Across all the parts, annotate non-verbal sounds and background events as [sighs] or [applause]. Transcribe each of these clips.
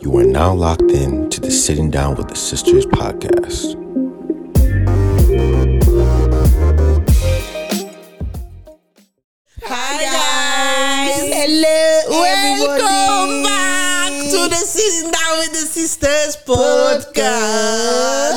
You are now locked in to the Sitting Down with the Sisters podcast. Hi guys. Hello Welcome everybody. back to the Sitting Down with the Sisters Podcast.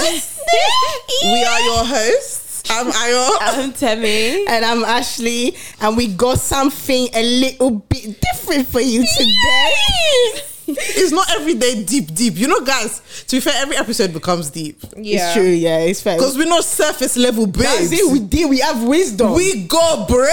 podcast. [laughs] we are your hosts. I'm Ayo. I'm Temi. And I'm Ashley, and we got something a little bit different for you today. [laughs] it's not every day deep, deep. You know, guys, to be fair, every episode becomes deep. Yeah. It's true, yeah, it's fair. Because we're not surface level That's babes. it, we did, we have wisdom. we got [laughs] brain.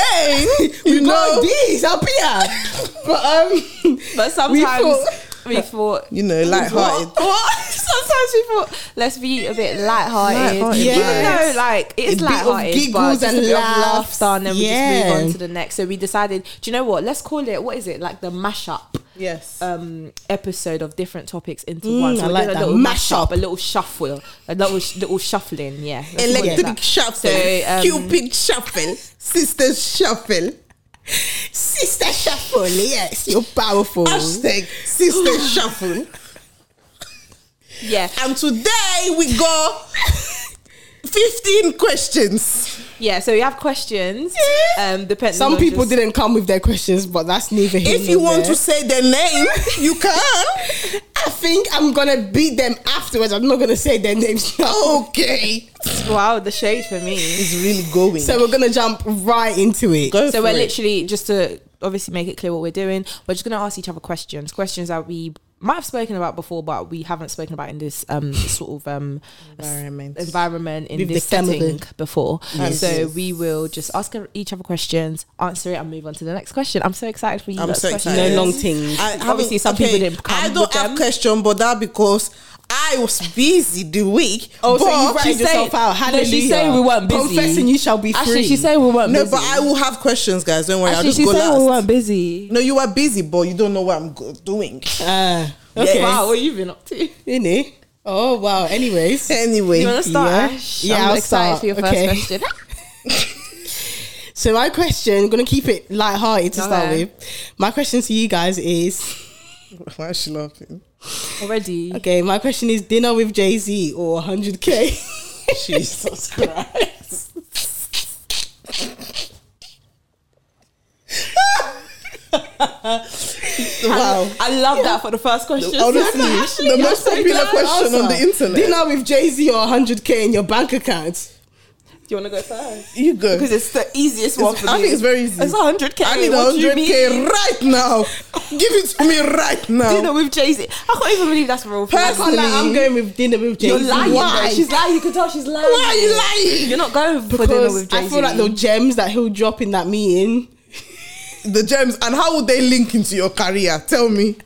you you know know, this up [laughs] here. but um But we sometimes thought- [laughs] we [laughs] thought, you know, lighthearted. what? what? [laughs] Sometimes we thought, let's be a bit lighthearted. Lighthearted Even vibes. though, like, it's A bit of lighthearted, but giggles just and a bit of laughs. laughter, and then we Yeah. just move on to the next. So we decided, do you know what? Let's call it, what is it? Like the mashup. Yes. um episode of different topics into one. So Mm, I we're like doing a that. little Mash mashup, up. a little shuffle, a little sh- little shuffling. Yeah, let's call it Electric that. shuffle, So, um, Cupid shuffle, sisters shuffle, Sister Shuffle, yes, you're powerful. hashtag [sighs] sister shuffle. Yeah, And today we [laughs] go 15 questions. yeah. So we have questions. Um, depending. Some on people just- didn't come with their questions, but that's neither here If you nor want there. to say their name, you can. [laughs] I think I'm gonna beat them afterwards. I'm not gonna say their names now. Okay. Wow, the shade for me. It's really going. So we're gonna jump right into it. Go So for we're it. literally just to obviously make it clear what we're doing. We're just gonna ask each other questions, questions that we might have spoken about before, but we haven't spoken about in this um [coughs] sort of um Environment. environment in With this the camera. setting before. Yes. So we will just ask e-, each other questions, answer it, and move on to the next question. I'm so excited for you. I'm lot's so questions. excited. No long things. I haven't- Obviously, some people didn't come I don't with have them. question, but that because I was busy the week. Oh, so but- you ratted yourself out. No, Hallelujah. she's saying we weren't busy. Confessing you shall be free. Actually, she's saying we weren't No, busy. but I will have questions, guys. Don't worry. Actually, I'll she's just go saying we last. weren't busy. No, you are busy, but you don't know what I'm go- doing. Ah, [laughs] Yes. okay. Wow, what you been up to? In it. Oh wow. Anyways, [laughs] Anyway, You want to start? Yeah. Ash? Yeah, I'm I'll excited start. for your first Okay. question. so my question, gonna keep it light-hearted to Go start ahead. with. My question to you guys is, [laughs] why is she laughing? Already. okay, my question is dinner with Jay Z or [laughs] 100k? [laughs] Jesus Christ. [laughs] [laughs] wow. I love that for the first question. [laughs] Honestly, the most popular question on the internet. Dinner with Jay Z or 100k in your bank account? Do you want to go first? you go. Because it's the easiest one for I me. think it's very easy. It's 100k. I need What do you mean? 100k right now. Give it to me right Dinner now. with Jay Z. I can't even believe that's real. I can't lie, I'm going with dinner with Jay Z. You're lying. Why? Why? She's lying. You can tell she's lying. Why are you lying? You're not going for dinner with because Jay Z. I feel like the gems that he'll drop in that meeting. [laughs] The gems and how would they link into your career? Tell me.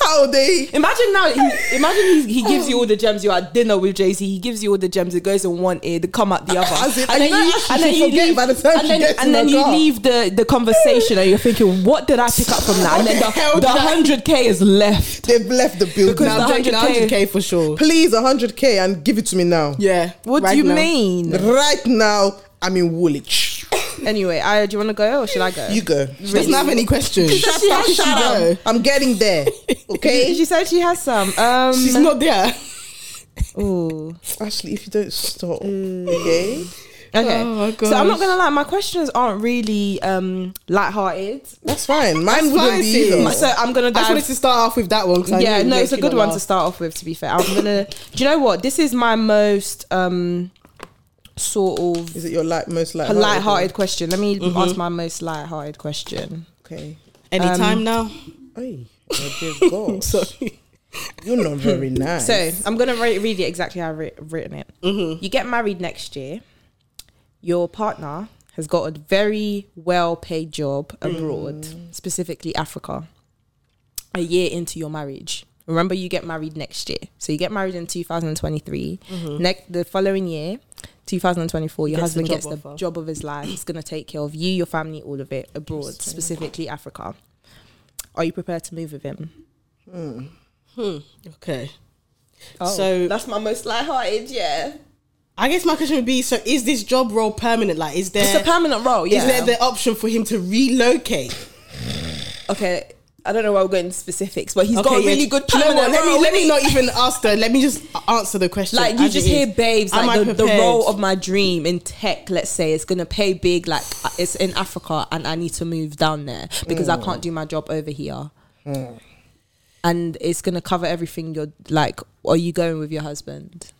How would they? Imagine now, he, imagine he, he gives you all the gems. You're at dinner with Jay Z. He gives you all the gems. It goes in one ear, they come out the other. As in, and I know then you, Ashley and then should you forget leave, by the time and she then, gets in and then her you car. leave the, the conversation, and you're thinking, what did I pick up from that? And then [laughs] What the hell the, the did I- 100k is left. They've left the building. Because Now I'm the taking 100K. 100k for sure. Please, 100k and give it to me now. Yeah. What right do you now. mean? Right now, I'm in Woolwich. Anyway, I, do you want to go or should I go? You go. She doesn't have any questions. Shut She up, has shut some. up. I'm getting there. [laughs] Okay? she said she has some. Um, She's not there. ooh. Ashley, if you don't stop, okay? Okay. Oh my so I'm not gosh. gonna lie, my questions aren't really um lighthearted. That's fine. Mine That's wouldn't fine, be sis. either. My- So I'm gonna I just dive. wanted to start off with that one. 'cause I yeah, knew no, it it's a would good make you one laugh. to start off with. To be fair, I'm gonna. do you know what? This is my most um sort of Is it your light, most light? lighthearted question. Let me ask my most lighthearted question. Okay. Anytime now. Hey, [laughs] oh dear God. Um, Sorry. You're not very nice. So I'm gonna re- read it exactly how I've writ- written it. You get married next year. Your partner has got a very well-paid job abroad, specifically Africa. A year into your marriage, remember you get married next year. So you get married in 2023. Next, the following year, 2024, your gets the husband job gets the offer. job of his life. He's gonna take care of you, your family, all of it abroad, specifically Africa. Are you prepared to move with him? Okay. Oh, So- that's my most lighthearted, yeah. I guess my question would be: So, is this job role permanent? Like, is there It's a permanent role, yeah. is there the option for him to relocate? okay, I don't know why we're going into specifics, but he's Okay, got a yeah. really good You know permanent what, let role, me let me innit? not even ask her. Let me just answer the question. Like you as just it hear is. babes, Am I like the, the prepared? role of my dream in tech, let's say, is gonna pay big, like uh, it's in Africa and I need to move down there because I can't do my job over here. Hmm. And it's gonna cover everything you're like, are you going with your husband?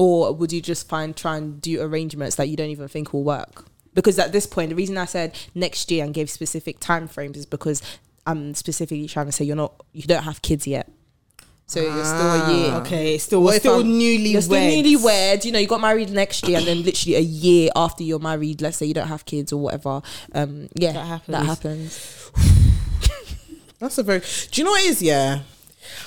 or would you just find try and do arrangements that you don't even think will work? Because at this point, the reason I said next year and gave specific timeframes is because I'm specifically trying to say you're not you don't have kids yet. So you're still a year. Ah, Okay, still What we're if still I'm- newly You're still newlywed. You know, you got married next year, and then literally a year after you're married, let's say you don't have kids or whatever. Um, yeah, That that happens. happens. That's a very. Do you know what it is? Yeah.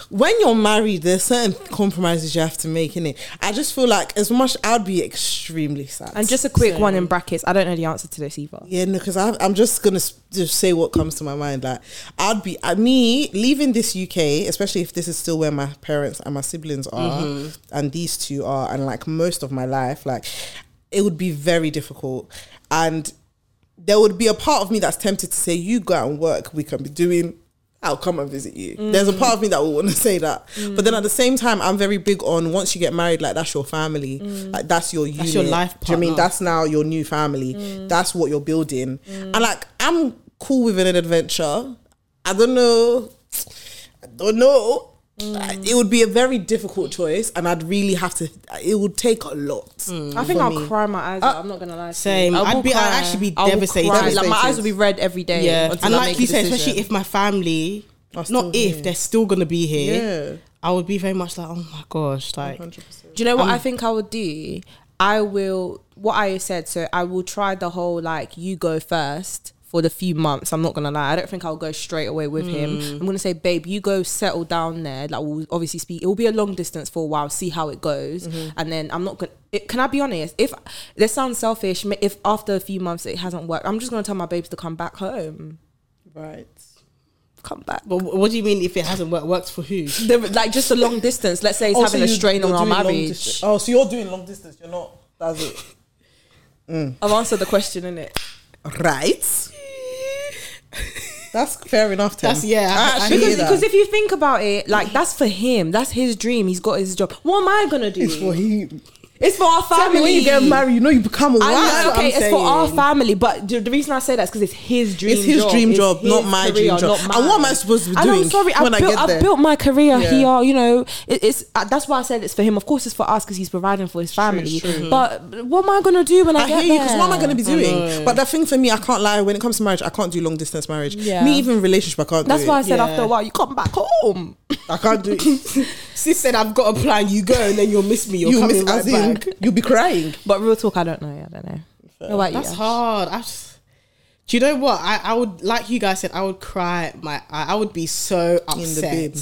When you're married, there's certain compromises you have to make, innit? I just feel like as much I'd be extremely sad. And just a quick one in brackets. I don't know the answer to this either. yeah, no, because I'm just gonna s- just say what comes to my mind. Like I'd be I, me leaving this UK, especially if this is still where my parents and my siblings are, and these two are, and like most of my life, like it would be very difficult. And there would be a part of me that's tempted to say, "You go out and work. We can be doing. I'll come and visit you." Mm. There's a part of me that would want to [laughs] say that, but then at the same time, I'm very big on once you get married, like that's your family, like that's your unit. Mm. your life Do you know what I mean partner. Mm. that's now your new family? That's what you're building. And like, I'm cool with an adventure. I don't know. I don't know. Mm. It would be a very difficult choice, and I'd really have to. It would take a lot. Mm. I think I'll cry my eyes out. I'm not gonna lie. Uh, Same. To you. I'd will be- I'd cry. actually be I will devastated. cry. Like my Devastated. eyes will be red every day. Yeah, until and I like make you a said, decision. especially if my family, Are still not if here. they're still gonna be here, Yeah. I would be very much like, oh my gosh, like Do you know what I think I would do? I will what I said. So I will try the whole like you go first for the few months. I'm not gonna lie. I don't think I'll go straight away with him. Mm. I'm gonna say, babe, you go settle down there. Like we'll obviously speak. It will be a long distance for a while. See how it goes, Mm-hmm. and then I'm not gonna. It, can I be honest? If this sounds selfish, ma- if after a few months it hasn't worked, I'm just gonna tell my babes to come back home. Right. Come back. But wh- what do you mean if it hasn't worked? Works for who? The- like just a long distance. Let's say it's having a strain on our marriage. Oh, so you're doing long distance. You're not. That's it. I've answered the question, innit? Right. [laughs] That's fair enough. Tim. That's- yeah, I- I, actually I hear Because, hear that. because if you think about it, like that's for him. That's his dream. He's got his job. What am I gonna do? it's for him. It's for our Tell family. me when you get married, you know you become a I know, wife. okay, it's I'm for our saying. family. But the, the reason I say that is because it's his dream. It's his job. dream job, his not my dream job. not And what am mine. I supposed to be And doing I'm sorry. when I I built, get I there? built my career Yeah. here. You know, it, it's uh, that's why I said it's for him. Of course, it's for us because he's providing for his family. But what am I gonna do when I, I get hear you because what am I there? going to be doing? But the thing for me, I can't lie. When it comes to marriage, I can't do long distance marriage. Yeah. Me even relationship, I can't. That's do why I it. said "Oh, Yeah. after a while, you come back home. I can't do it. [laughs] Sis said, I've got a plan. You go, and then you'll miss me. You're you coming miss right as in, [laughs] back. you'll be crying. But real talk, I don't know. I don't know. What about That's you? hard. I just, do you know what? I, I would like you guys said. I would cry. My I, I would be so upset. bin.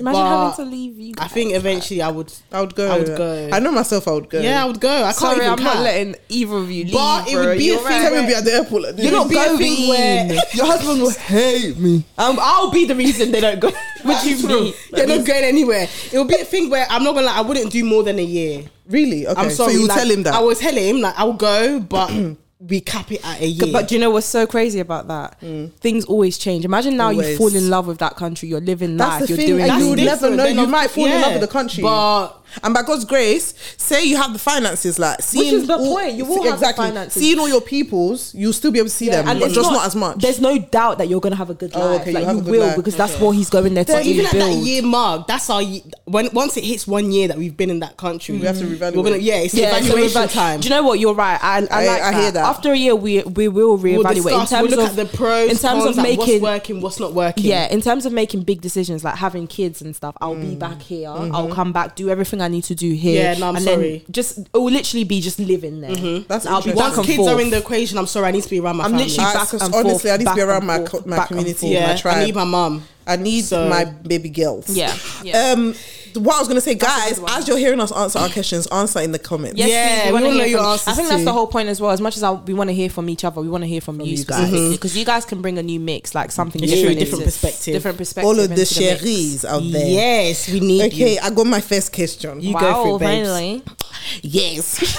Imagine But having to leave you. I think eventually I would. I would go. I would go. I know myself. I would go. Yeah, I would go. I can't Sorry, even I'm cap. not letting either of you leave. But it would bro. be a You're thing right. Tell me be at the airport. Like, You're not this. going. Your husband will hate me. Um, I'll be the reason they don't go. [laughs] Would [laughs] you be? They're not going anywhere. It would be a thing where I'm not gonna lie. I wouldn't do more than a year. Really? Okay. I'm sorry. So you like, tell him that. I will tell him like I'll go, but [clears throat] we cap it at a year. But do you know what's so crazy about that? Things always change. Imagine now you Always. fall in love with that country. You're living That's life. the you're thing, doing. and you things. would That's never different. know. Then You of- might fall in love yeah. with the country, But- and by God's grace, say you have the finances, like seeing is the point, you will have the finances. Seeing all your peoples, you'll still be able to see them, And but it's just not, as much. There's no doubt that you're gonna have a good life. Oh, okay, like you'll have you a good will life. because that's what he's going there to So even at that build. year mark, that's our ye- when once it hits one year that we've been in that country, we have to reevaluate. We're gonna yeah, it's Yeah, so evaluation reeva- time. Do you know what? You're right. I, I, I- like I that. hear that. After a year, we we will We'll reevaluate in discuss, terms we'll look of at the pros, in terms cons, of like, making what's working, what's not working. Yeah, in terms of making big decisions like having kids and stuff, I'll be back here. I'll come back, do everything I need to do here. Mm. Mm-hmm. Yeah, no, I'm and then sorry. Mm-hmm. Just it will literally be just living there. That's I'll be interesting. back Once and kids forth. are in the equation, I'm sorry, I need to be around my I'm family. literally I- back and honestly, forth, I need to be back around and my forth, co- my back and community, forth. my yeah, I tribe. need my mum. I need So- my baby girls. Yeah, yeah. Um, what I was gonna say, guys, good one. as you're hearing us answer our questions, answer in the comments. Yes, Yeah, please, we wanna wanna hear know your from- answers I think that's too. the whole point as well. As much as I, we want to hear from each other, we want to hear from, you guys because you guys can bring a new mix, like something It's different, true, different into- perspective. different perspective. All of the into mix. cheries out there. Yes, we need Okay, you. I got my first question. You wow, go for it, babes. finally. [laughs] Yes.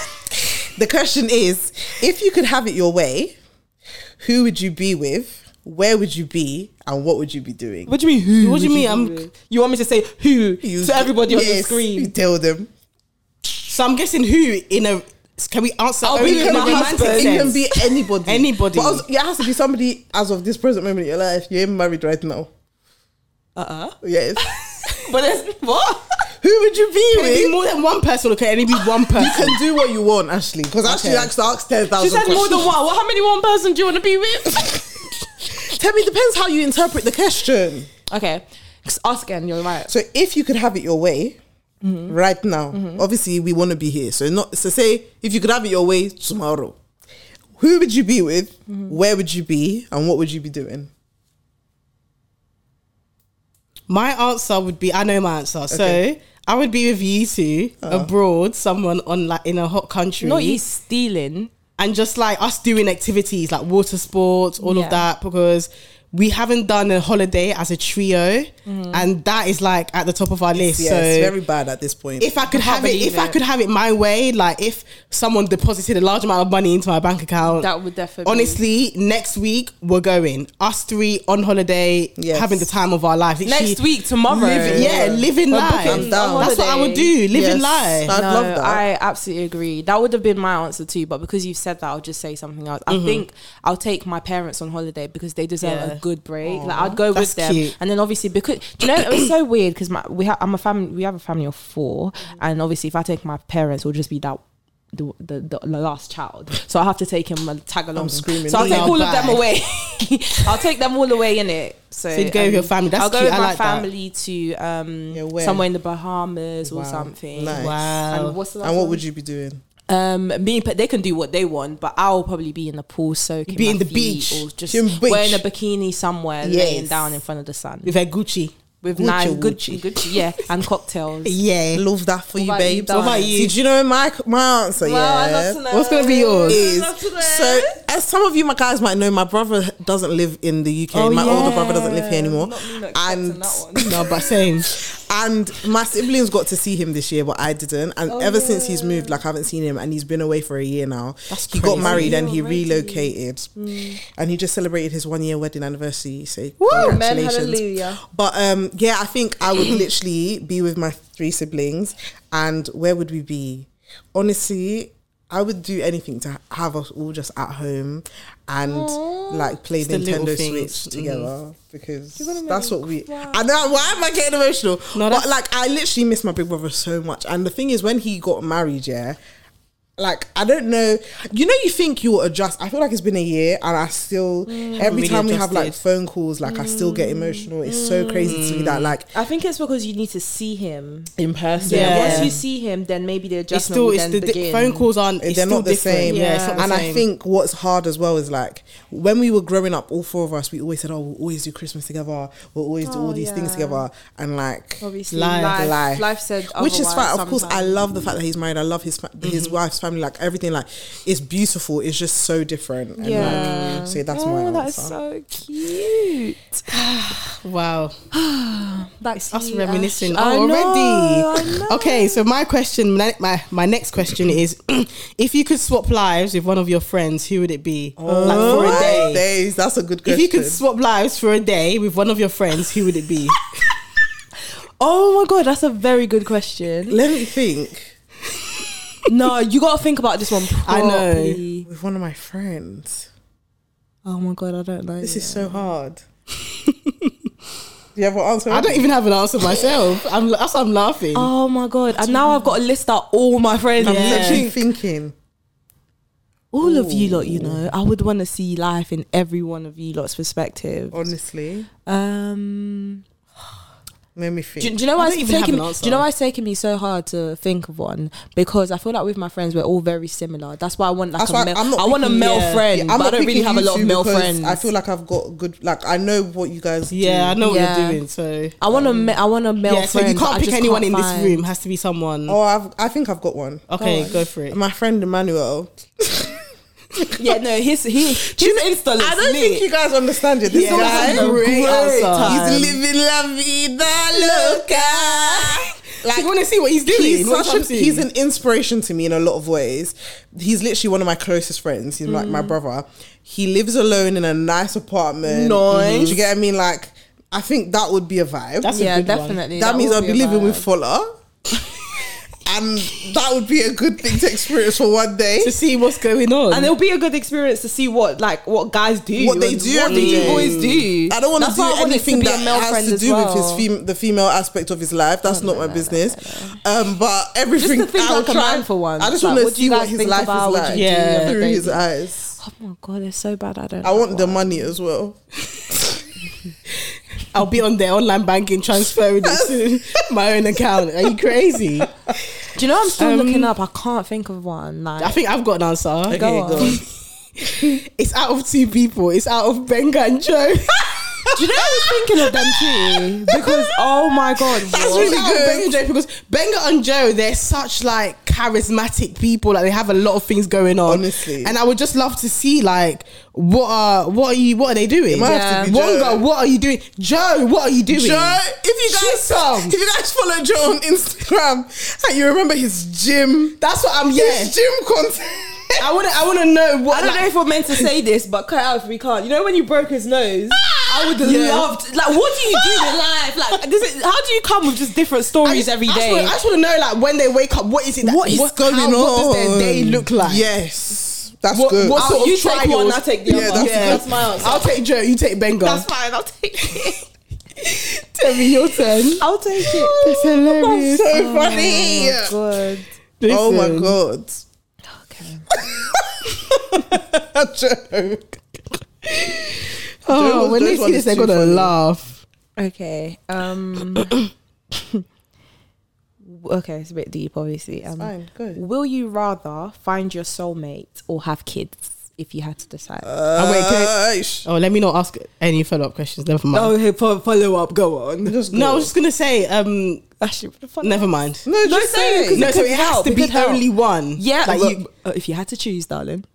the question is if you could have it your way, who would you be with? where would you be and what would you be doing? What do you mean who? What do you mean? I'm- doing? You want me to say who You- to everybody on the Yes, You [laughs] screen? tell them. So I'm guessing who in a can we answer I'll only Oh, be in a my romantic husband. It sense? can be anybody. Anybody. But also, yeah, it has to be somebody as of this present moment in your life. You ain't married right now. Uh uh [laughs] Yes. But there's what? Who would you be Can it be with? more than one person or can it only be one You person? can do what you want, Ashley. Because Ashley Okay. asked, asked 10,000 She said more than questions. one. Well, how many one person do you want to be with? [laughs] Tell me, depends how you interpret the question. [laughs] okay, Just ask again. You're right. So if you could have it your way Mm-hmm. right now, obviously we want to be here. So not so say if you could have it your way tomorrow, who would you be with? Mm-hmm. Where would you be? And what would you be doing? My answer would be I know my answer. So I would be with you two Uh-huh. abroad, someone on like in a hot country. Not you stealing. and just like us doing activities like water sports, all Yeah. of that, because we haven't done a holiday as a trio, Mm-hmm. and that is like at the top of our list. Yeah, so it's very bad at this point. if I could can't have it, believe if I it. could have it my way, like if someone deposited a large amount of money into my bank account, That would definitely. honestly, next week we're going us three on holiday, Yes. having the time of our life. Literally next week tomorrow. living, yeah, living We're life. booking I'm down. a That's what I would holiday. do, living Yes. life. I'd no, love that. I absolutely agree. That would have been my answer too, but because you've said that, I'll just say something else. I think I'll take my parents on holiday because they deserve Mm-hmm. Yeah. a good break. like I'd go that's with them, cute. and then obviously because do you know it was so weird because my we ha- I'm a family we have a family of Mm. 4 and obviously if I take my parents, it'll just be that. The, the, the, the last child, so I have to take him and tag along. screaming. So I'll Yeah, take all of them bye. away. [laughs] I'll take them all away in it. So, you'd go with your um, family. That's I'll go cute. with I my like that. family to um Yeah, where? somewhere in the Bahamas or Wow. something. Nice. Wow. And what's the last and what one? would you be doing? Um, Oh. me and Pa- they can do what they want, but I'll probably be in the pool soaking, Be my in the feet beach. or just In beach. wearing a bikini somewhere, Yes. laying down in front of the sun with a Gucci. with Gucci, nice good, Gucci. good, yeah, and cocktails. [laughs] Yeah. Love that for you, about you, babe. darling? What about you? Did you know my my answer? I'd yeah. love to know. What's gonna be yours? is. I'd love to know. So, as some of you my guys might know, my brother doesn't live in the UK. Oh, my older yeah. brother doesn't live here anymore. Not me not and accepting that one. No, but same. and my siblings got to see him this year, but I didn't. And Oh, ever since he's moved, like I haven't seen him, and he's been away for a year now. he got crazy. married and Yeah, he already. Mm. relocated, and he just celebrated his one year wedding anniversary. So Amen, congratulations! Oh, hallelujah. But um, yeah, I think I [clears throat] would literally be with my three siblings, and where would we be? Honestly. I would do anything to have us all just at home and like play the little Nintendo things. Mm-hmm. Switch together because that's what we. I know. Why am I getting emotional? No, but that's- like, I literally miss my big brother so much. And the thing is, when he got married, yeah, like I don't know. You know, you think you'll adjust. I feel like it's been a year, and I still every Mm. really time we have like adjusted. phone calls, like I still get emotional. It's so Mm. crazy to me that like I think it's because you need to see him. in person. Yeah. Yeah. Once you see him, then maybe the adjustment It's still will it's then the di- begin. phone calls aren't it's they're still not the different. same. Yeah, it's not the and I same. think what's hard as well is like when we were growing up, all four of us, we always said, "Oh, we'll always do Christmas together. We'll always do Oh, all these things yeah. together." And like, Obviously, Life. life, Life. life, said, which is otherwise fine. Of course, I sometimes. Mm-hmm. love the fact that he's married. I love his fa- his wife's family, like everything. Like it's beautiful. It's just so different. And, Yeah. Like, so that's oh, my answer. that's so cute. Wow. That's Us you, reminiscing Ash. I already. know, I know. Okay, so my question my, my my next question is [clears throat] if you could swap lives with one of your friends, who would it be? like for a day. Days. That's a good If question. you could swap lives for a day with one of your friends, who would it be? Oh my god, that's a very good [laughs] question. let me think. no, you gotta think about this one I know. properly. With one of my friends. Oh my god, I don't know. This is so hard. do you have an answer? I don't even have an answer myself. I'm that's why I'm laughing. Oh my god! And now I've got to list out all my friends. I'm Yeah. literally thinking. All of you lot, you know, I would want to see life in every one of you lot's perspective. Honestly, Um, let me do, think. do you know why I it's don't even have taking? an me- answer. Do you know why it's taking me so hard to think of one? Because I feel like with my friends, we're all very similar. That's why I want like That's a why male. I'm not I want a picking- male yeah. friend, Yeah, I'm but I not don't really picking have a you lot two of male because friends. I feel like I've got good. Like I know what you guys. yeah, I know what Yeah. you're doing. So I want a ma- I want a male yeah, so friend. you but I can't pick just anyone can't in find- this room. Has to be someone. Do. Oh, I've, I think I've got one. okay, go for it. My friend Emmanuel. Yeah, no, his he his Insta looks I don't lit. think you guys understand it. This Yeah, guy, that's a great He's answer. living la vida loca. so you want to see what he's doing? He's what such an, up to? he's an inspiration to me in a lot of ways. He's literally one of my closest friends. He's like my brother. He lives alone in a nice apartment. Nice. Do you get what I mean? Like, I think that would be a vibe. That's a yeah, good one. definitely. that means would I'll be a living with vibe. Fola. [laughs] and that would be a good thing to experience for one day. to see what's going on. and it'll be a good experience to see what like what guys do, What they and do what every do you day. boys do. I don't want to That's why I do want it anything be a that male has friend to as do with his well. fem- the female aspect of his life. That's not my business. Um, but everything Just the things I I'm can- trying for once. I just Like, want to what do you see what guys his think life about? is What like do you do? through Yeah. his eyes. Oh my god, it's so bad. I don't. I know want the why. money as well. I'll be on their online banking transferring [laughs] it to [laughs] my own account. Are [laughs] you crazy? Do you know I'm still Um, looking up? I can't think of one. Like, I think I've got an answer. Go on. It's out of two people. It's out of Benga and [laughs] Joe. do you know I was thinking of them too? Because oh my god, That's what? really Wow. good. Benga and Joe because Benga and Joe, they're such like charismatic people. Like they have a lot of things going on. Honestly. and I would just love to see like what are what are you what are they doing? might have to be Joe. Wonga, what are you doing? Joe, what are you doing? Joe, if you Shoot guys some. [laughs] if you guys follow Joe on Instagram and you remember his gym, That's what I'm. Yeah, his gym content. I want to. I want to know what. I don't like- know if we're meant to say this, but cut out if we can't. You know when you broke his nose, I would have Yeah. loved. Like, what do you do in life? Like, this is, how do you come with just different I stories just- every I just wanna- day? I just want to know, like, when they wake up, what is it? That, what is going how- on? What does their day look like? Yes, that's What, good. what I'll- sort Oh, you of take trials? one, I'll take the other. Yeah. That's my answer. I'll take Joe. You take Benga. That's fine. I'll take it. Tell me your turn. [laughs] I'll take it. [laughs] That's hilarious. so funny. Good. Oh my god. Okay. A joke. Oh, Joe's- when they Joe's see one this, is they're too gonna funny. laugh. Okay. [coughs] Um. okay, it's a bit deep, obviously. Um, fine, go. Will you rather find your soulmate or have kids if you had to decide? Oh, wait, can I- Uh, sh- oh, let me not ask any follow up questions. Never mind. okay, Oh, follow up. Go on. just no, I go. was just gonna say. Um, Actually, never mind. no, No, just say it, say. 'cause- No, it so could it has help, to it be could help. only one. Yeah, like look, you, uh, if you had to choose, [laughs] darling.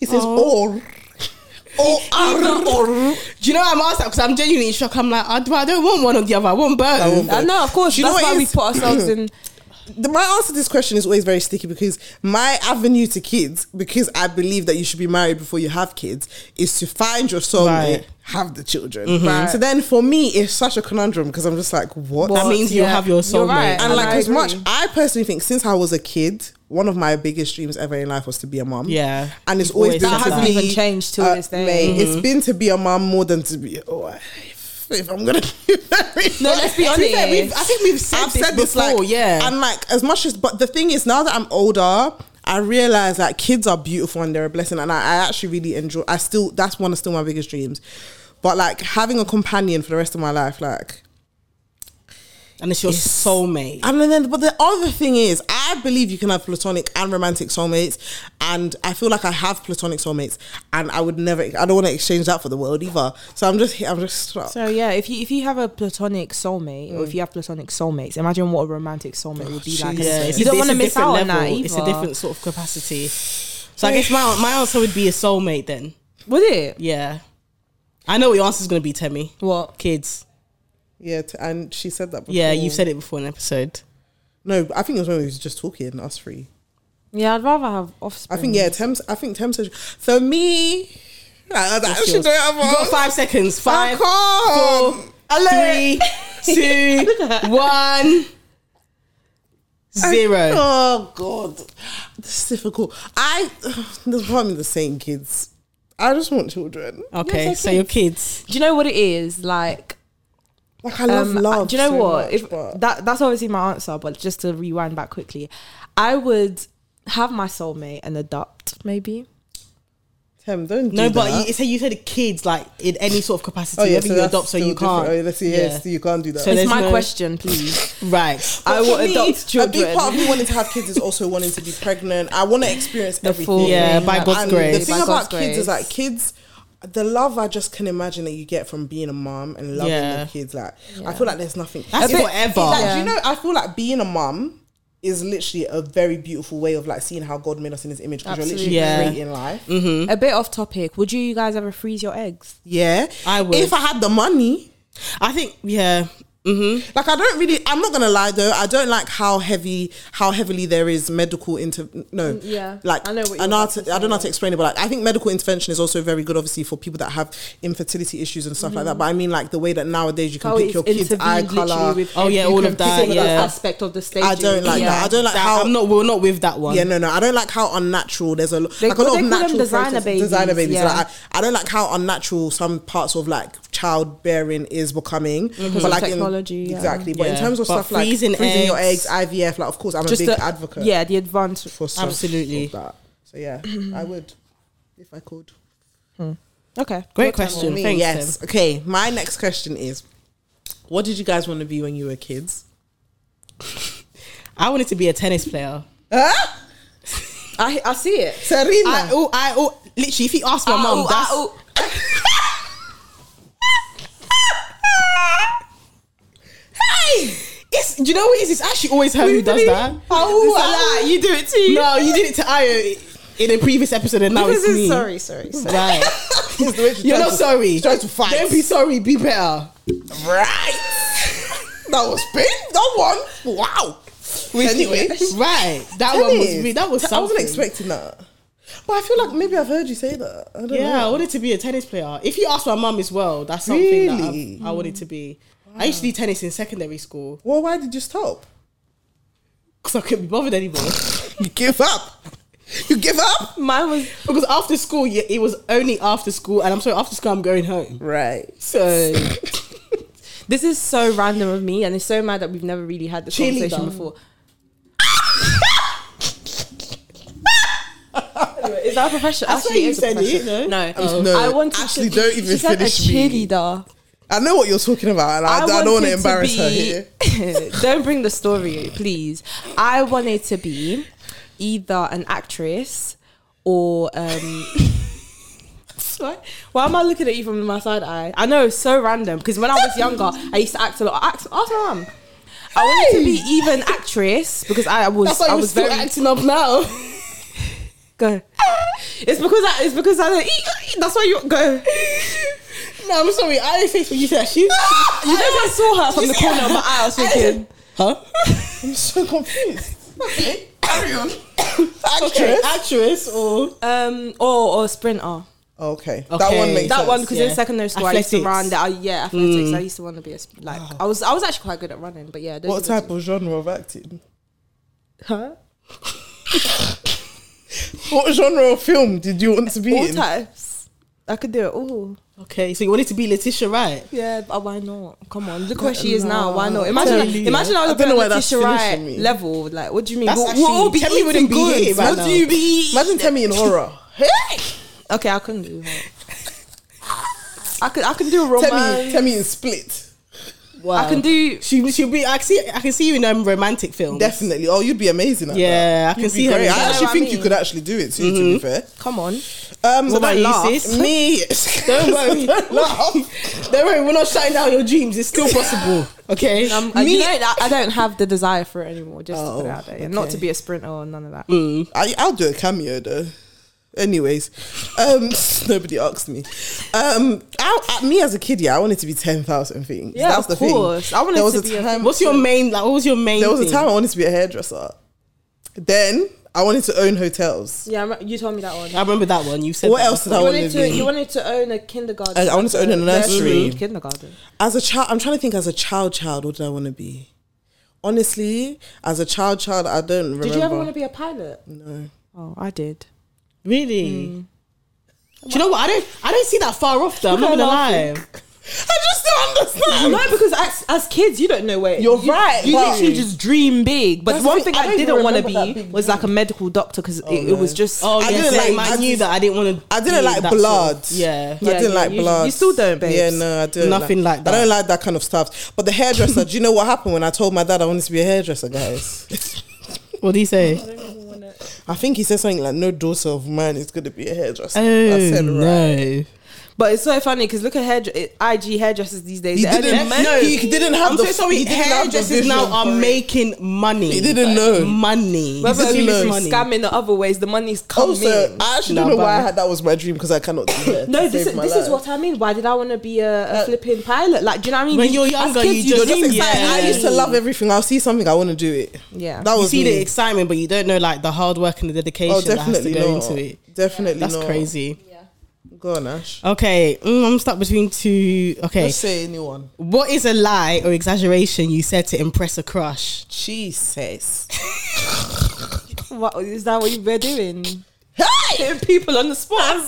It says Oh. or. Or, or. do you know I'm asked that because I'm genuinely in shock. I'm like, I, I don't want one or the other. I want both. I want both. I know, of course. Do you know that's what why it we is? put ourselves [coughs] in. The- My answer to this question is always very sticky because my avenue to kids, because I believe that you should be married before you have kids, is to find your soulmate, Right. have the children. Right. So then for me, it's such a conundrum because I'm just like, what? That What? means you Yeah. have your You're soulmate. right. and And like I as agree. much I personally think since I was a kid, one of my biggest dreams ever in life was to be a mom. Yeah. and it's You've always always been said to that. Hasn't be- even changed till this day. mate, It's been to be a mom more than to be a wife. If I'm gonna [laughs] be married, No, let's be To be fair, honest. we've- I think we've said I've this said this before, like yeah. and like as much as but the thing is now that I'm older. I realize that kids are beautiful and they're a blessing, and I, I actually really enjoy. I still that's one of still my biggest dreams, but like having a companion for the rest of my life, like and it's your soulmate. And then, but the other thing is, I believe you can have platonic and romantic soulmates, and I feel like I have platonic soulmates, and I would never, I don't want to exchange that for the world either. So I'm just, I'm just stuck. So yeah, if you if you have a platonic soulmate or if you have platonic soulmates, imagine what a romantic soulmate would be like. Yeah, it's you a- don't it's want a to miss different out on that level. either. It's a different sort of capacity. So I guess my my answer would be a soulmate then. Would it? Yeah, I know what your answer is going to be, Temmie. What? Kids. yeah, t- and she said that. Before. Yeah, you've said it before in an episode. No, I think it was when we was just talking, us three. Yeah, I'd rather have I offspring. Mm. think yeah, Thames. I think Thames. said- For me, [laughs] I, I actually yours. don't have You got one. five Oh, seconds. Five, I can't. [laughs] three, two, one, zero. Oh God, this is difficult. I [sighs] there's part of me the same kids. I just want children. Okay, Yes, so okay. your kids. Do you know what it is? Like, Like I love um, love. do you know so what? much, if but- that that's obviously my answer, but just to rewind back quickly, I would have my soulmate and adopt maybe. Tem, don't do No, but that. you, so you said kids like in any sort of capacity. oh yeah, whether so you that's adopt, so you still different. can't. Oh, yeah, let's see, yeah, Yeah. so you can't do that. So it's there's my no- question, please. Right. I But will for me, adopt A big children. part of me wanting to have kids is also wanting to be pregnant. I want to experience everything. full Yeah, thing, by like- God's and grace. the thing By about God's kids is grace. like kids the love I just can imagine that you get from being a mom and loving Yeah. the kids like I Yeah. feel like there's nothing That's It's- forever. it's like, Do Yeah. you know I feel like being a mom is literally a very beautiful way of like seeing how God made us in his image because you're literally Absolutely. Yeah. creating life Mm-hmm. A bit off topic. Would you guys ever freeze your eggs? yeah I would. if I had the money I think yeah. Like I don't really. I'm not gonna lie though. I don't like how heavy, how heavily there is medical inter. No, Mm, yeah. Like I know what you're and I about to- to I don't know how to explain it, but like I think medical intervention is also very good, obviously, for people that have infertility issues and stuff like that. But I mean, like the way that nowadays you can How pick Mm-hmm. Oh, it's your kid's intervened eye literally color. with Oh, yeah, every all of that, single yeah. aspect of the stage. I don't like that. I don't like So how I'm not. We're not with that one. yeah, no, no. I don't like how unnatural there's a, lo- They- like a what lot they of call them natural designer processes- babies, Designer babies. yeah. Like, I, I don't like how unnatural some parts of like childbearing is becoming. But Mm-hmm. of like in- technology, yeah. exactly. But in Yeah. terms of But stuff like freezing freezing your eggs, eggs- IVF, like of course I'm a big the, advocate. Yeah, the advanced. for stuff Absolutely. of that. So yeah, I would if I could. Okay. Great question. Me, Thanks. yes. Yes. Okay. My next question is, what did you guys want to be when you were kids? I wanted to be a tennis player. Huh? I, I see it. Serena. I, oh, I, oh, literally, if you ask my Ah, mum, ooh, that's, ah, ooh. it's, do you know what it is? It's actually always her who does really? [laughs] that. Oh, It's a ah, lie. You do [laughs] it too. No, you did it to Ayo in a previous episode, and now Because it's me. it's, [laughs] sorry, sorry, sorry. Right. It's the way she You're tried not to- sorry. she tried to fight. Don't be sorry. Be better. right. [laughs] that was big. That one. Wow. Anyway, Right. That one was me. That was I something. wasn't expecting that. But I feel like maybe I've heard you say that. I don't Yeah, I know. wanted to be a tennis player. If you ask my mum as well, that's something that Really? I've- I, wanted to be. I used to do tennis in secondary school Well, why did you stop? because I couldn't be bothered anymore. [laughs] You give up. You give up. Mine was because after school, yeah, it was only after school, and I'm sorry, after school, I'm going home. Right. So This is so random of me, and it's so mad that we've never really had this Cheerleader. [laughs] conversation before. Anyway, Is that a profession? I swear Actually, you is a said it, profession. No, no? Oh. No, I wanted Ashley, to be, don't even she said finish a me. cheerleader. I know what you're talking about, and I, I don't want wanted to embarrass her be- here. [laughs] don't bring the story, please. I wanted to be either an actress or um. [laughs] Sorry. Why am I looking at you from my side eye? I know it's so random because when I was younger, I used to act a lot. Act, ask my mum. I wanted to be either an actress because I was that's why I you're was still very [laughs] acting up now. [laughs] go. It's because I it's because I don't eat. That's why you go. no, I'm sorry. I didn't say for you to actually. You You know, know I saw her from the corner of my eye. I was thinking, what? Huh? I'm so confused. Okay, carry on. Okay, Actress. actress or um, or or sprinter. Okay, that Okay. one makes that sense. one because yeah. in secondary school I used to run. Athletics. That I, yeah, athletics. I used to want to be a sp- like I was I was actually quite good at running, but yeah. those What are the type two. of genre of acting? Huh? [laughs] What genre of film did you want to be All in? types. I could do it all. okay. So you wanted to be Letitia, right? Yeah, but why not? Come on, look where she is now. Why not? Imagine, Tell you. imagine I I don't was a bit know of why that's Letitia Wright finishing me. level. Like, what do you mean? That's We'll, actually- we'll all be Tell me we eating wouldn't be here goods. by What now. do you be? Imagine Tammy in horror. Hey, Okay, I couldn't do that. I could, I can do romance. Tammy, Tammy in Split. Wow. I can do. She she'll be. I can see. I can see you in um, romantic films. Definitely. Oh, you'd be amazing. At Yeah, I that. can You'd be see her. great. in I that. actually I think you mean. could actually do it too. To be fair, Come on. um, so What about don't you, laugh. sis? Me. [laughs] Don't worry. Don't laugh. Don't worry, we're not shutting down your dreams. It's still possible. Okay. Um, uh, you know, I I don't have the desire for it anymore. Just to put it Oh, out there, yeah. not to okay. be a sprinter or none of that. I, I'll do a cameo though. Anyways, um, [laughs] nobody asked me. Um, I, I, me as a kid, yeah, I wanted to be ten thousand things. Yeah, That's of the course. thing. I wanted there was to a be a- time. What's your main? Like, what was your main? there was a thing? time I wanted to be a hairdresser. Then I wanted to own hotels. Yeah, I remem- you told me that one. I remember that one. You said. what that else did I you want wanted to to you be? wanted to own a kindergarten. I- I wanted to own a nursery. Mm-hmm. Kindergarten. As a child, I'm trying to think. As a child, child, what did I want to be? Honestly, as a child, child, I don't remember. Did you ever want to be a pilot? No. Oh, I did. Really. Hmm. Do you know what? I don't. I don't see that far off. Though I'm not Look gonna at lie. I just don't understand. No, because as, as kids, you don't know where You're you, right, You but- literally just dream big. But That's one the thing, thing I I, don't even didn't want to remember that be big was like a medical doctor because it, it was just. Oh I yeah, didn't same. like- I, I knew just- that I didn't want to. I didn't like blood. blood. Yeah. I didn't yeah, like you- you blood. still don't, babes. Yeah, no, I didn't. Nothing like that. I don't like that kind of stuff. But the hairdresser, do you know what happened when I told my dad I wanted to be a hairdresser, [laughs] guys? What do you say? I think he said something like, "No daughter of mine is going to be a hairdresser." Oh I said, no. But it's so funny because look at hair, IG hairdressers these days. He They're didn't. earning- No, he didn't have I'm the. so sorry. he didn't have the Hairdressers now vision are for it. making money. He didn't know. money. whether didn't it's learn. through scamming or other ways, the money's coming. Also, Oh, I actually don't No, know why I but- had that was my dream because I cannot. Do that No, to this save is my this life. is Uh, what I mean. Why did I want to be a, a flipping pilot? Like, do you know what I mean? When We- you're as younger, kids, you You're just just think, excited. yeah. I used to love everything. I'll see something, I want to do it. Yeah. that You was see me. the excitement, but you don't know like the hard work and the dedication oh, that has to definitely go not. into it. Definitely That's not. crazy. Go on, Ash. Okay, mm, I'm stuck between two. Okay, Just say anyone. what is a lie or exaggeration you said to impress a crush? Jesus. What is that? What you were doing? Hitting people on the spot.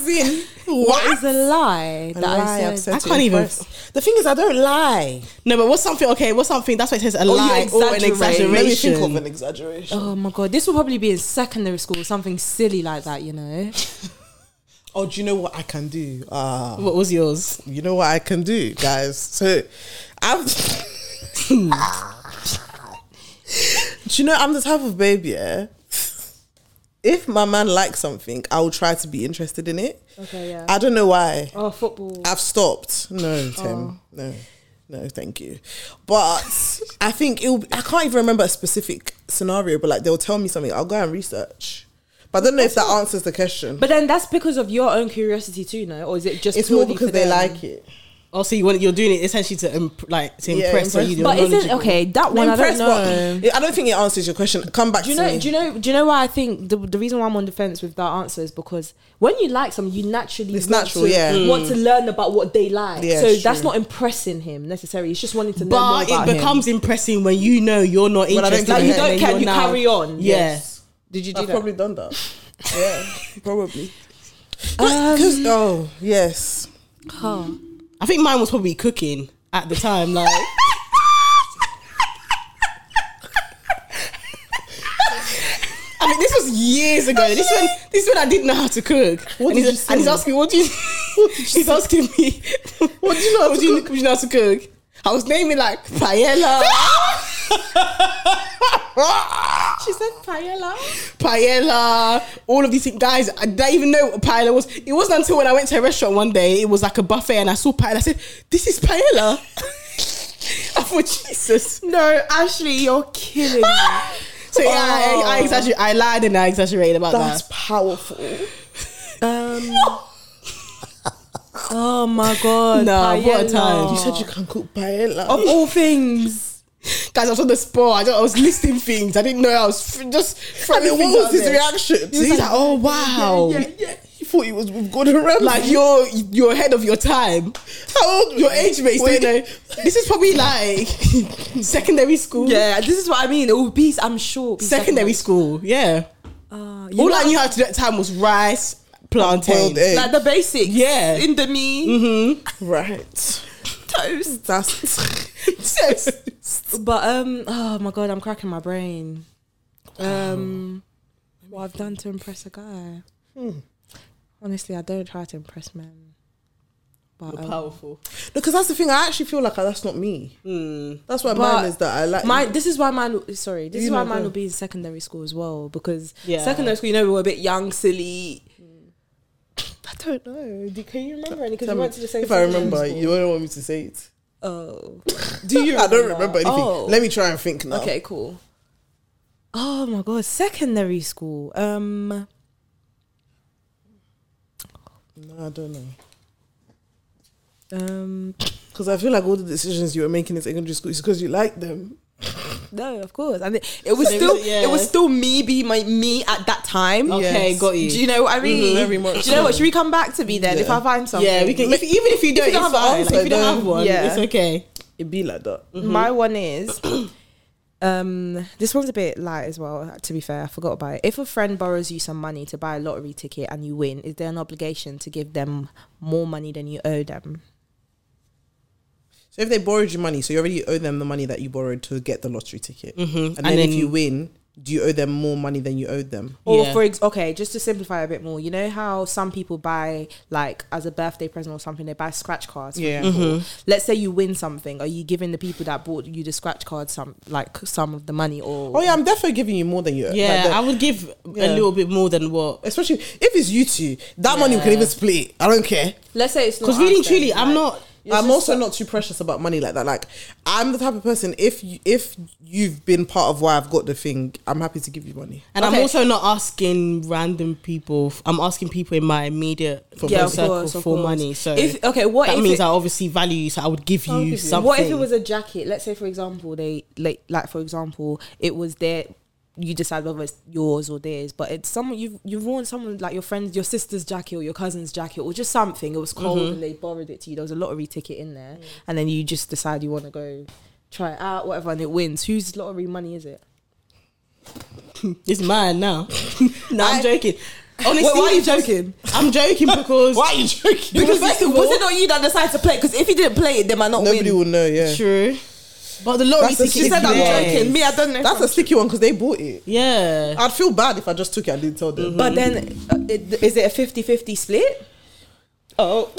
What is a lie that uh, lie, I I've said? said I to can't even- impress. The thing is, I don't lie. No, but what's something? Okay, what's something? That's what it says a you lie or Oh, Let exaggerate. an me think of exaggeration. an exaggeration. Oh my god, this will probably be in secondary school, something silly like that, you know. Oh, do you know what I can do? Ah, What was yows? you know what I can do, guys. So, I'm. [laughs] do you know I'm the type of babe, yeah. If my man likes something, I will try to be interested in it. Okay, yeah. I don't know why. oh, football. I've stopped. No, Oh. Tim. No, no, thank you. But I think it'll. I can't even remember a specific scenario, but like they'll tell me something. I'll go and research. But I don't know if that answers the question. But then that's because of your own curiosity too, no? Or is it just it's more purely because for they them? like it. Also, you want you're doing it essentially to imp- like to Yeah, impress. so impress. you But don't isn't okay? That one I don't Impressed, but know. it- I don't think it answers your question. Come back Do you to know? me. Do you know? Do you know why I think the, the reason why I'm on the fence with that answer is because when you like someone, you naturally It's want natural, to, yeah. Mm. want to learn about what they like. Yeah, so it's that's true. not impressing him necessarily. It's just wanting to know more But about it becomes impressing when you know you're not When I don't interested. care. in You it, don't then care, you're you now- carry on. Yeah. Yes. Did you do I've that? probably done [laughs] that. yeah, probably. But Um, 'cause- oh yes, I think mine was probably cooking at the time. Like, I mean, this was years ago. This when this when I didn't know how to cook. What and, did he's, you and he's say? asking, [laughs] "What do you?" he's asking me, "What do you know? How to cook? you know how to cook?" I was naming like paella, She said paella. paella, all of these things. Guys, I didn't even know what paella was. It wasn't until when I went to a restaurant one day, it was like a buffet, and I saw paella. I said, "This is paella." [laughs] I thought, Jesus. No, Ashley, you're killing me. So yeah, I, I, exagger- I lied and I exaggerated about Oh. that's that. powerful. [laughs] Oh my god! Nah, what a paella. time. You oh. said you can cook paella. Of all things, Guys, I was on the spot. I, just, I was listing things. I didn't know. I was fr- just and throwing then things what out was his there. reaction? He was like, "Oh wow, yeah, yeah. He thought he was with Gordon Ramsay. like you're you're ahead of your time. how old? Your age mate, Wait. don't know. This is probably like [laughs] secondary school. yeah, this is what I mean. It will be, I'm sure, be secondary school. Yeah, Uh, all you I know, knew how to do at the time was rice, Boiled plantain. egg. like the basics. Yeah. Indomie, Right. toast. [laughs] That's But um, oh my god, I'm cracking my brain. Um, what I've done to impress a guy. Honestly, I don't try to impress men. But, um, Powerful. because that's the thing. I actually feel like that's not me. That's why Hmm. But mine is that I like. my this is why mine sorry this You is why know, mine go. will be in secondary school as well because Yeah. secondary school you know we were a bit young silly I don't know Do- can you remember any because Tell we me, went to the same if I secondary remember, school. you don't want me to say it. oh Do you? [laughs] I don't remember remember? anything. Oh. Let me try and think now. okay cool oh my god secondary school um No, I don't know. um Because I feel like all the decisions you were making in secondary school is because you like them. no of course and it, it was So it still was- yeah. it was still me be my me at that time Okay, Yes. got do you. you know what I mean Mm-hmm, very much do you know what so. should we come back to me then if I find something yeah, we can. If, even if you don't, don't it's have an fine. Like, answer, if you don't have then- one, yeah. it's okay. It'd be like that. Mm-hmm. My one is [clears throat] um this one's a bit light as well, to be fair. I forgot about it. If a friend borrows you some money to buy a lottery ticket and you win, is there an obligation to give them more money than you owe them? So if they borrowed you money, so you already owe them the money that you borrowed to get the lottery ticket, Mm-hmm. and, And then, then- if you win, do you owe them more money than you owed them? Or Yeah. for ex- okay, just to simplify a bit more, you know how some people buy like as a birthday present or something, they buy scratch cards. for Yeah. people? Mm-hmm. Let's say you win something, are you giving the people that bought you the scratch card some like some of the money or Oh yeah, I'm definitely giving you more than you. owe. Yeah, Like the- I would give Yeah. a little bit more than what. especially if it's you two, that money we can Yeah. even split. I don't care. Let's say it's not Because really, us then, truly, I'm like- not. I'm also not too precious about money like that. Like I'm the type of person if you, if you've been part of why I've got the thing, I'm happy to give you money. And I'm Okay. also not asking random people. f- I'm asking people in my immediate Yeah, friend of circle course, of for course. money. So If- okay, what that if means it- I obviously value you. So I would give you something. What if it was a jacket? Let's say, for example, they like, like for example, it was their. You decide whether it's yours or theirs, but it's someone you've you've worn someone like your friend's, your sister's jacket or your cousin's jacket or just something. It was cold and they borrowed it to you. There was a lottery ticket in there, and then you just decide you want to go try it out, whatever, and it wins. Whose lottery money is [laughs] it? It's mine now. no, I'm joking. Honestly, why are you just- joking? I'm joking because Why are you joking? Because first of all- not you that decided to play? Because if you didn't play it, they might not nobody will know. Yeah, true. But the lottery That's a- ticket. she is said I'm there. joking. Me, I don't know. that's a sticky one because they bought it. Yeah. I'd feel bad if I just took it and didn't tell them. but then, uh, it, is it a 50-50 split? [laughs] oh,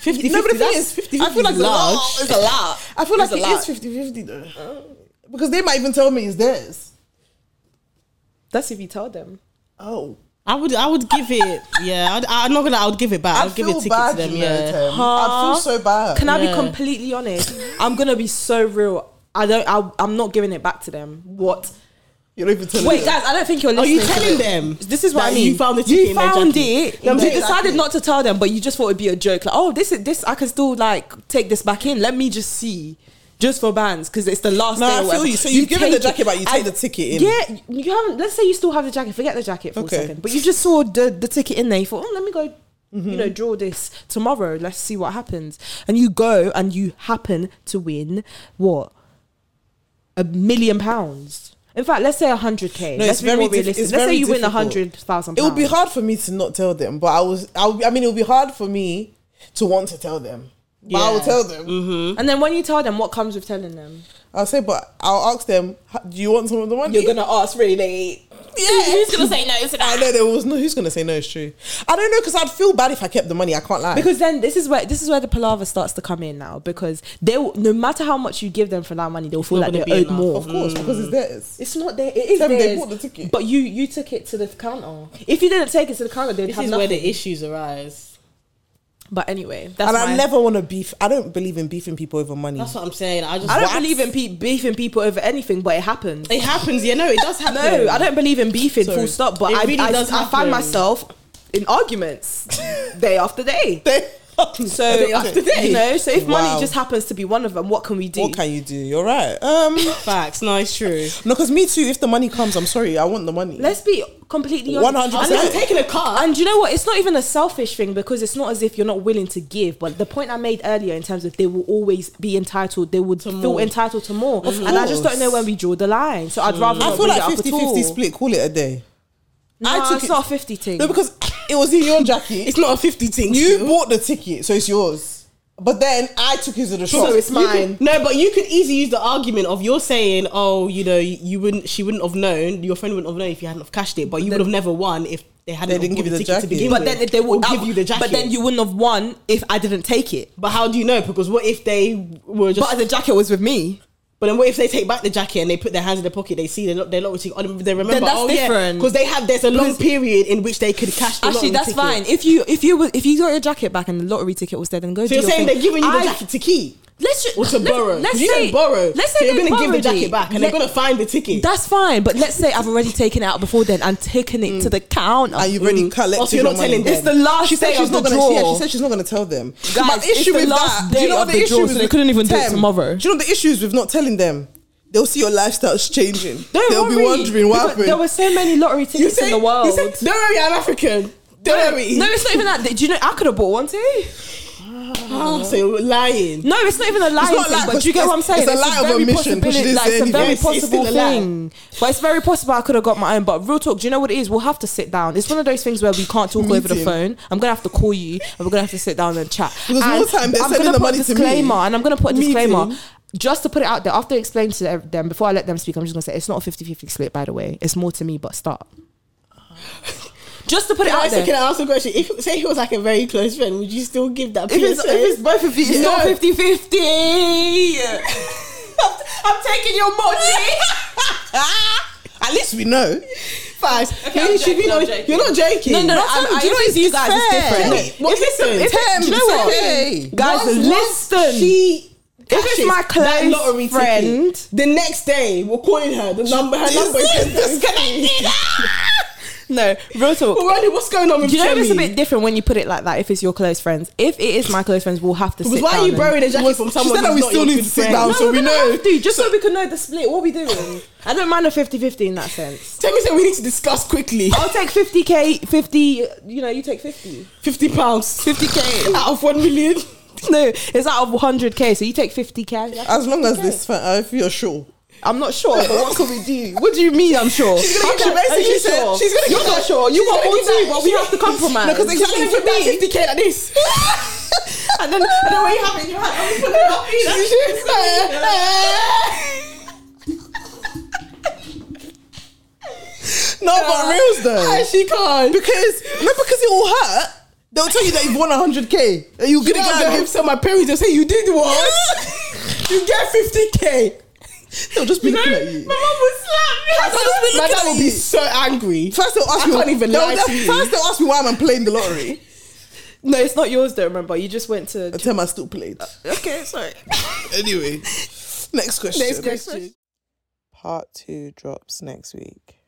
50 no, but the thing 50, that's- is, 50 I feel like is large. It's a lot. Mm-hmm. I feel like It's a it lot. is 50-50 though, because they might even tell me it's theirs. That's if you tell them. Oh, I would, I would give it. Yeah, I'd, I'm not gonna. I would give it back. I'd I'd give feel it ticket bad to them. you know, Yeah. Tem. I'd feel so bad. Can I be Yeah. completely honest? I'm gonna be so real. I don't. I, I'm not giving it back to them. What? You're not even telling Wait, them. guys. I don't think you're Are listening. you to telling this. them? This is what that I mean. You found the You ticket. in their found jacket? it. Yeah, you exactly. decided not to tell them, but you just thought it'd be a joke. Like, oh, this is this. I can still like take this back in. Let me just see, just for bands, because it's the last. No, day or I feel whatever. you. So you've given the take it. jacket back, you take And- the ticket in. Yeah, you haven't. Let's say you still have the jacket. Forget the jacket for Okay. a second. But you just saw the the ticket in there. You thought, oh, let me go. Mm-hmm. You know, draw this tomorrow. Let's see what happens. And you go and you happen to win what a million pounds. In fact, let's say a hundred k. No, Let's it's be very more diff- it's realistic. Let's say very you win a difficult. hundred thousand. It would be hard for me to not tell them, but I was. I, would- I mean, it would be hard for me to want to tell them. But I will Yeah. tell them. And then when you tell them, what comes with telling them? I'll say, but I'll ask them. "H- Do you want some of the money? ask really. Yeah. gonna say no to I know there was no. Who's gonna say no? It's true. I don't know because I'd feel bad if I kept the money. I can't lie. Because then this is where this is where the palaver starts to come in now. Because they, will, no matter how much you give them for that money, they'll feel not like gonna they're owed be enough. more. of course, because Mm. it's theirs. It's not there. It is Them, they theirs, bought the ticket. But you you took it to the counter. If you didn't take it to the counter, they'd This have is nothing. where the issues arise. but anyway, and that's my- I never want to beef. I don't believe in beefing people over money. [laughs] That's what I'm saying. I just. I don't What? believe in pe- beefing people over anything, but it happens. It happens. Yeah. No, it does happen. No, I don't believe in beefing. Sorry. Full stop. But It I really I, does I happen. find myself in [laughs] arguments day after day. [laughs] So Day after day. you know, so if Wow. money just happens to be one of them, what can we do? what can you do? You're right. Um, Facts. No, it's true. no, because me too. If the money comes, I'm sorry. I want the money. Let's be completely 100%. honest. I I said, I'm know. taking a car. And you know what? It's not even a selfish thing because it's not as if you're not willing to give. But the point I made earlier in terms of they will always be entitled, they would feel more. entitled to more. and I just don't know when we draw the line. So I'd rather I not feel like bring it up 50 at all. 50 split. Call it a day. No, I took it's it- not a 50 thing. No, because it was in your [laughs] jacket. It's not a 50 thing. You still. bought the ticket, so it's yours. But then I took you to the shop. So it's You mine. could- no, but you could easily use the argument of you're saying, oh, you know, you wouldn't, she wouldn't have known, your friend wouldn't have known if you hadn't have cashed it, but you would have never won if they hadn't They didn't bought give you the ticket jacket. to begin but with, then if they would or give you the jacket. But then you wouldn't have won if I didn't take it. But how do you know? Because what if they were just? But the jacket was with me. But then what if they take back the jacket and they put their hands in their pocket? They see their their lottery ticket. oh, They remember. that's oh, different. Because they have there's a long Because- period in which they could cash. The Actually, lottery that's ticket. fine. If you if you were- if you got your jacket back and the lottery ticket was there, then go. So do you're your saying thing. they're giving you the I- jacket to keep Let's ju- or to let's- borrow? Let's If you say didn't borrow. Let's so say you're they going to give the borrowed jacket it. back, and Let- they're going to find the ticket. That's fine, but let's say I've already taken it out before then and taken Mm. it to the counter. and you've Mm. already collected Oh, so you're your not money. telling them? it's the last She said day she's of not the gonna. draw. Yeah, she said she's not gonna tell them. Guys, My it's the last do day you know of what the, the issue draw, is so they with- couldn't even do it Tem, tomorrow. Do you know what the issue is with not telling them? They'll see your lifestyle's changing. Don't They'll be worry, wondering what because happened. There were so many lottery You tickets say- in the world. you say, Don't worry, I'm African. Don't worry. no, it's not even that. Do you know I could have bought one too? Oh, Ah, so you're lying. No, it's not even a lie. not a lie, but because do you get what I'm it's- saying? it's a lie of very omission, because she possibility- didn't like, say it's a very anything. It's still possible a lie. thing. But it's very possible I could have got my own. But real talk, do you know what it is? We'll have to sit down. It's one of those things where we can't talk over the Meeting. phone. I'm gonna have to call you, and we're gonna have to sit down and chat. Because and more time they're I'm sending the gonna put a money to me. disclaimer, and I'm gonna put a disclaimer. Meeting. just to put it out there, after explaining to them, before I let them speak, I'm just gonna say it's not a 50 50 split, by the way. It's more to me, [laughs] but start. just to put it I out said, can there. I ask a question? If say he was like a very close friend, would you still give that If it's, PSA? if it's both of you, it's not No. 50 50. [laughs] I'm, I'm taking your money. Ah. At least we know. Fast. I'm you should joking, be I'm not, joking. you're not [laughs] joking. No, no, no. Not I'm, saying- I, do you know if it's it's you guys, it's fair. different. Wait, what If it's- if listen? it's- Tem, do you know it's what? okay. Guys, Once- once listen. She If it's cashes my that close lottery ticket, friend- the next day we're calling her. The number, her number is [laughs] disconnected. no, real talk. Ronnie, what's going on with Do you know Chemi? it's a bit different when you put it like that? If it's your close friends, if it is my close friends, we'll have to. Because sit why down are you and- borrowing a jacket from someone? said that who's we not still your need good to sit friend? down. [laughs] No, so we're we gonna know. have to, just so, we can know the split. What are we doing? [laughs] I don't mind a 50-50 in that sense. Tell me something we need to discuss quickly. I'll take fifty k, fifty. You know, you take fifty. Fifty pounds 50k. out of one million. [laughs] No, it's out of hundred k. So you take fifty k. As long as this, fa- if you're sure. I'm not sure, but what could we do? What do you mean? I'm sure. She's gonna I'm give that- sure. Are you she said- sure? she's gonna You're give not that- sure. You she's want gonna more give that- too, but we she's have to [laughs] compromise. No, 'cause She's exactly gonna [laughs] for give that me- 50k [laughs] like this. and then and then when you have it in your hand, I'm putting it up. [laughs] No, but reals though. she can't. Because, no, because it will hurt. They'll tell you that you've won 100k. Are you You gonna go know, I'll and go give home to my parents and say you did what? you get 50k. They'll just be looking at you. My mum would slap me. They'll just be My looking dad at will you. be so angry. First they'll ask I me. can't even they'll- lie they'll- to you. First they'll ask me why am I playing the lottery. No, it's not yours though, remember. You just went I to tell them I still played. Okay, sorry. Anyway, next question. Next question. Part two drops next week.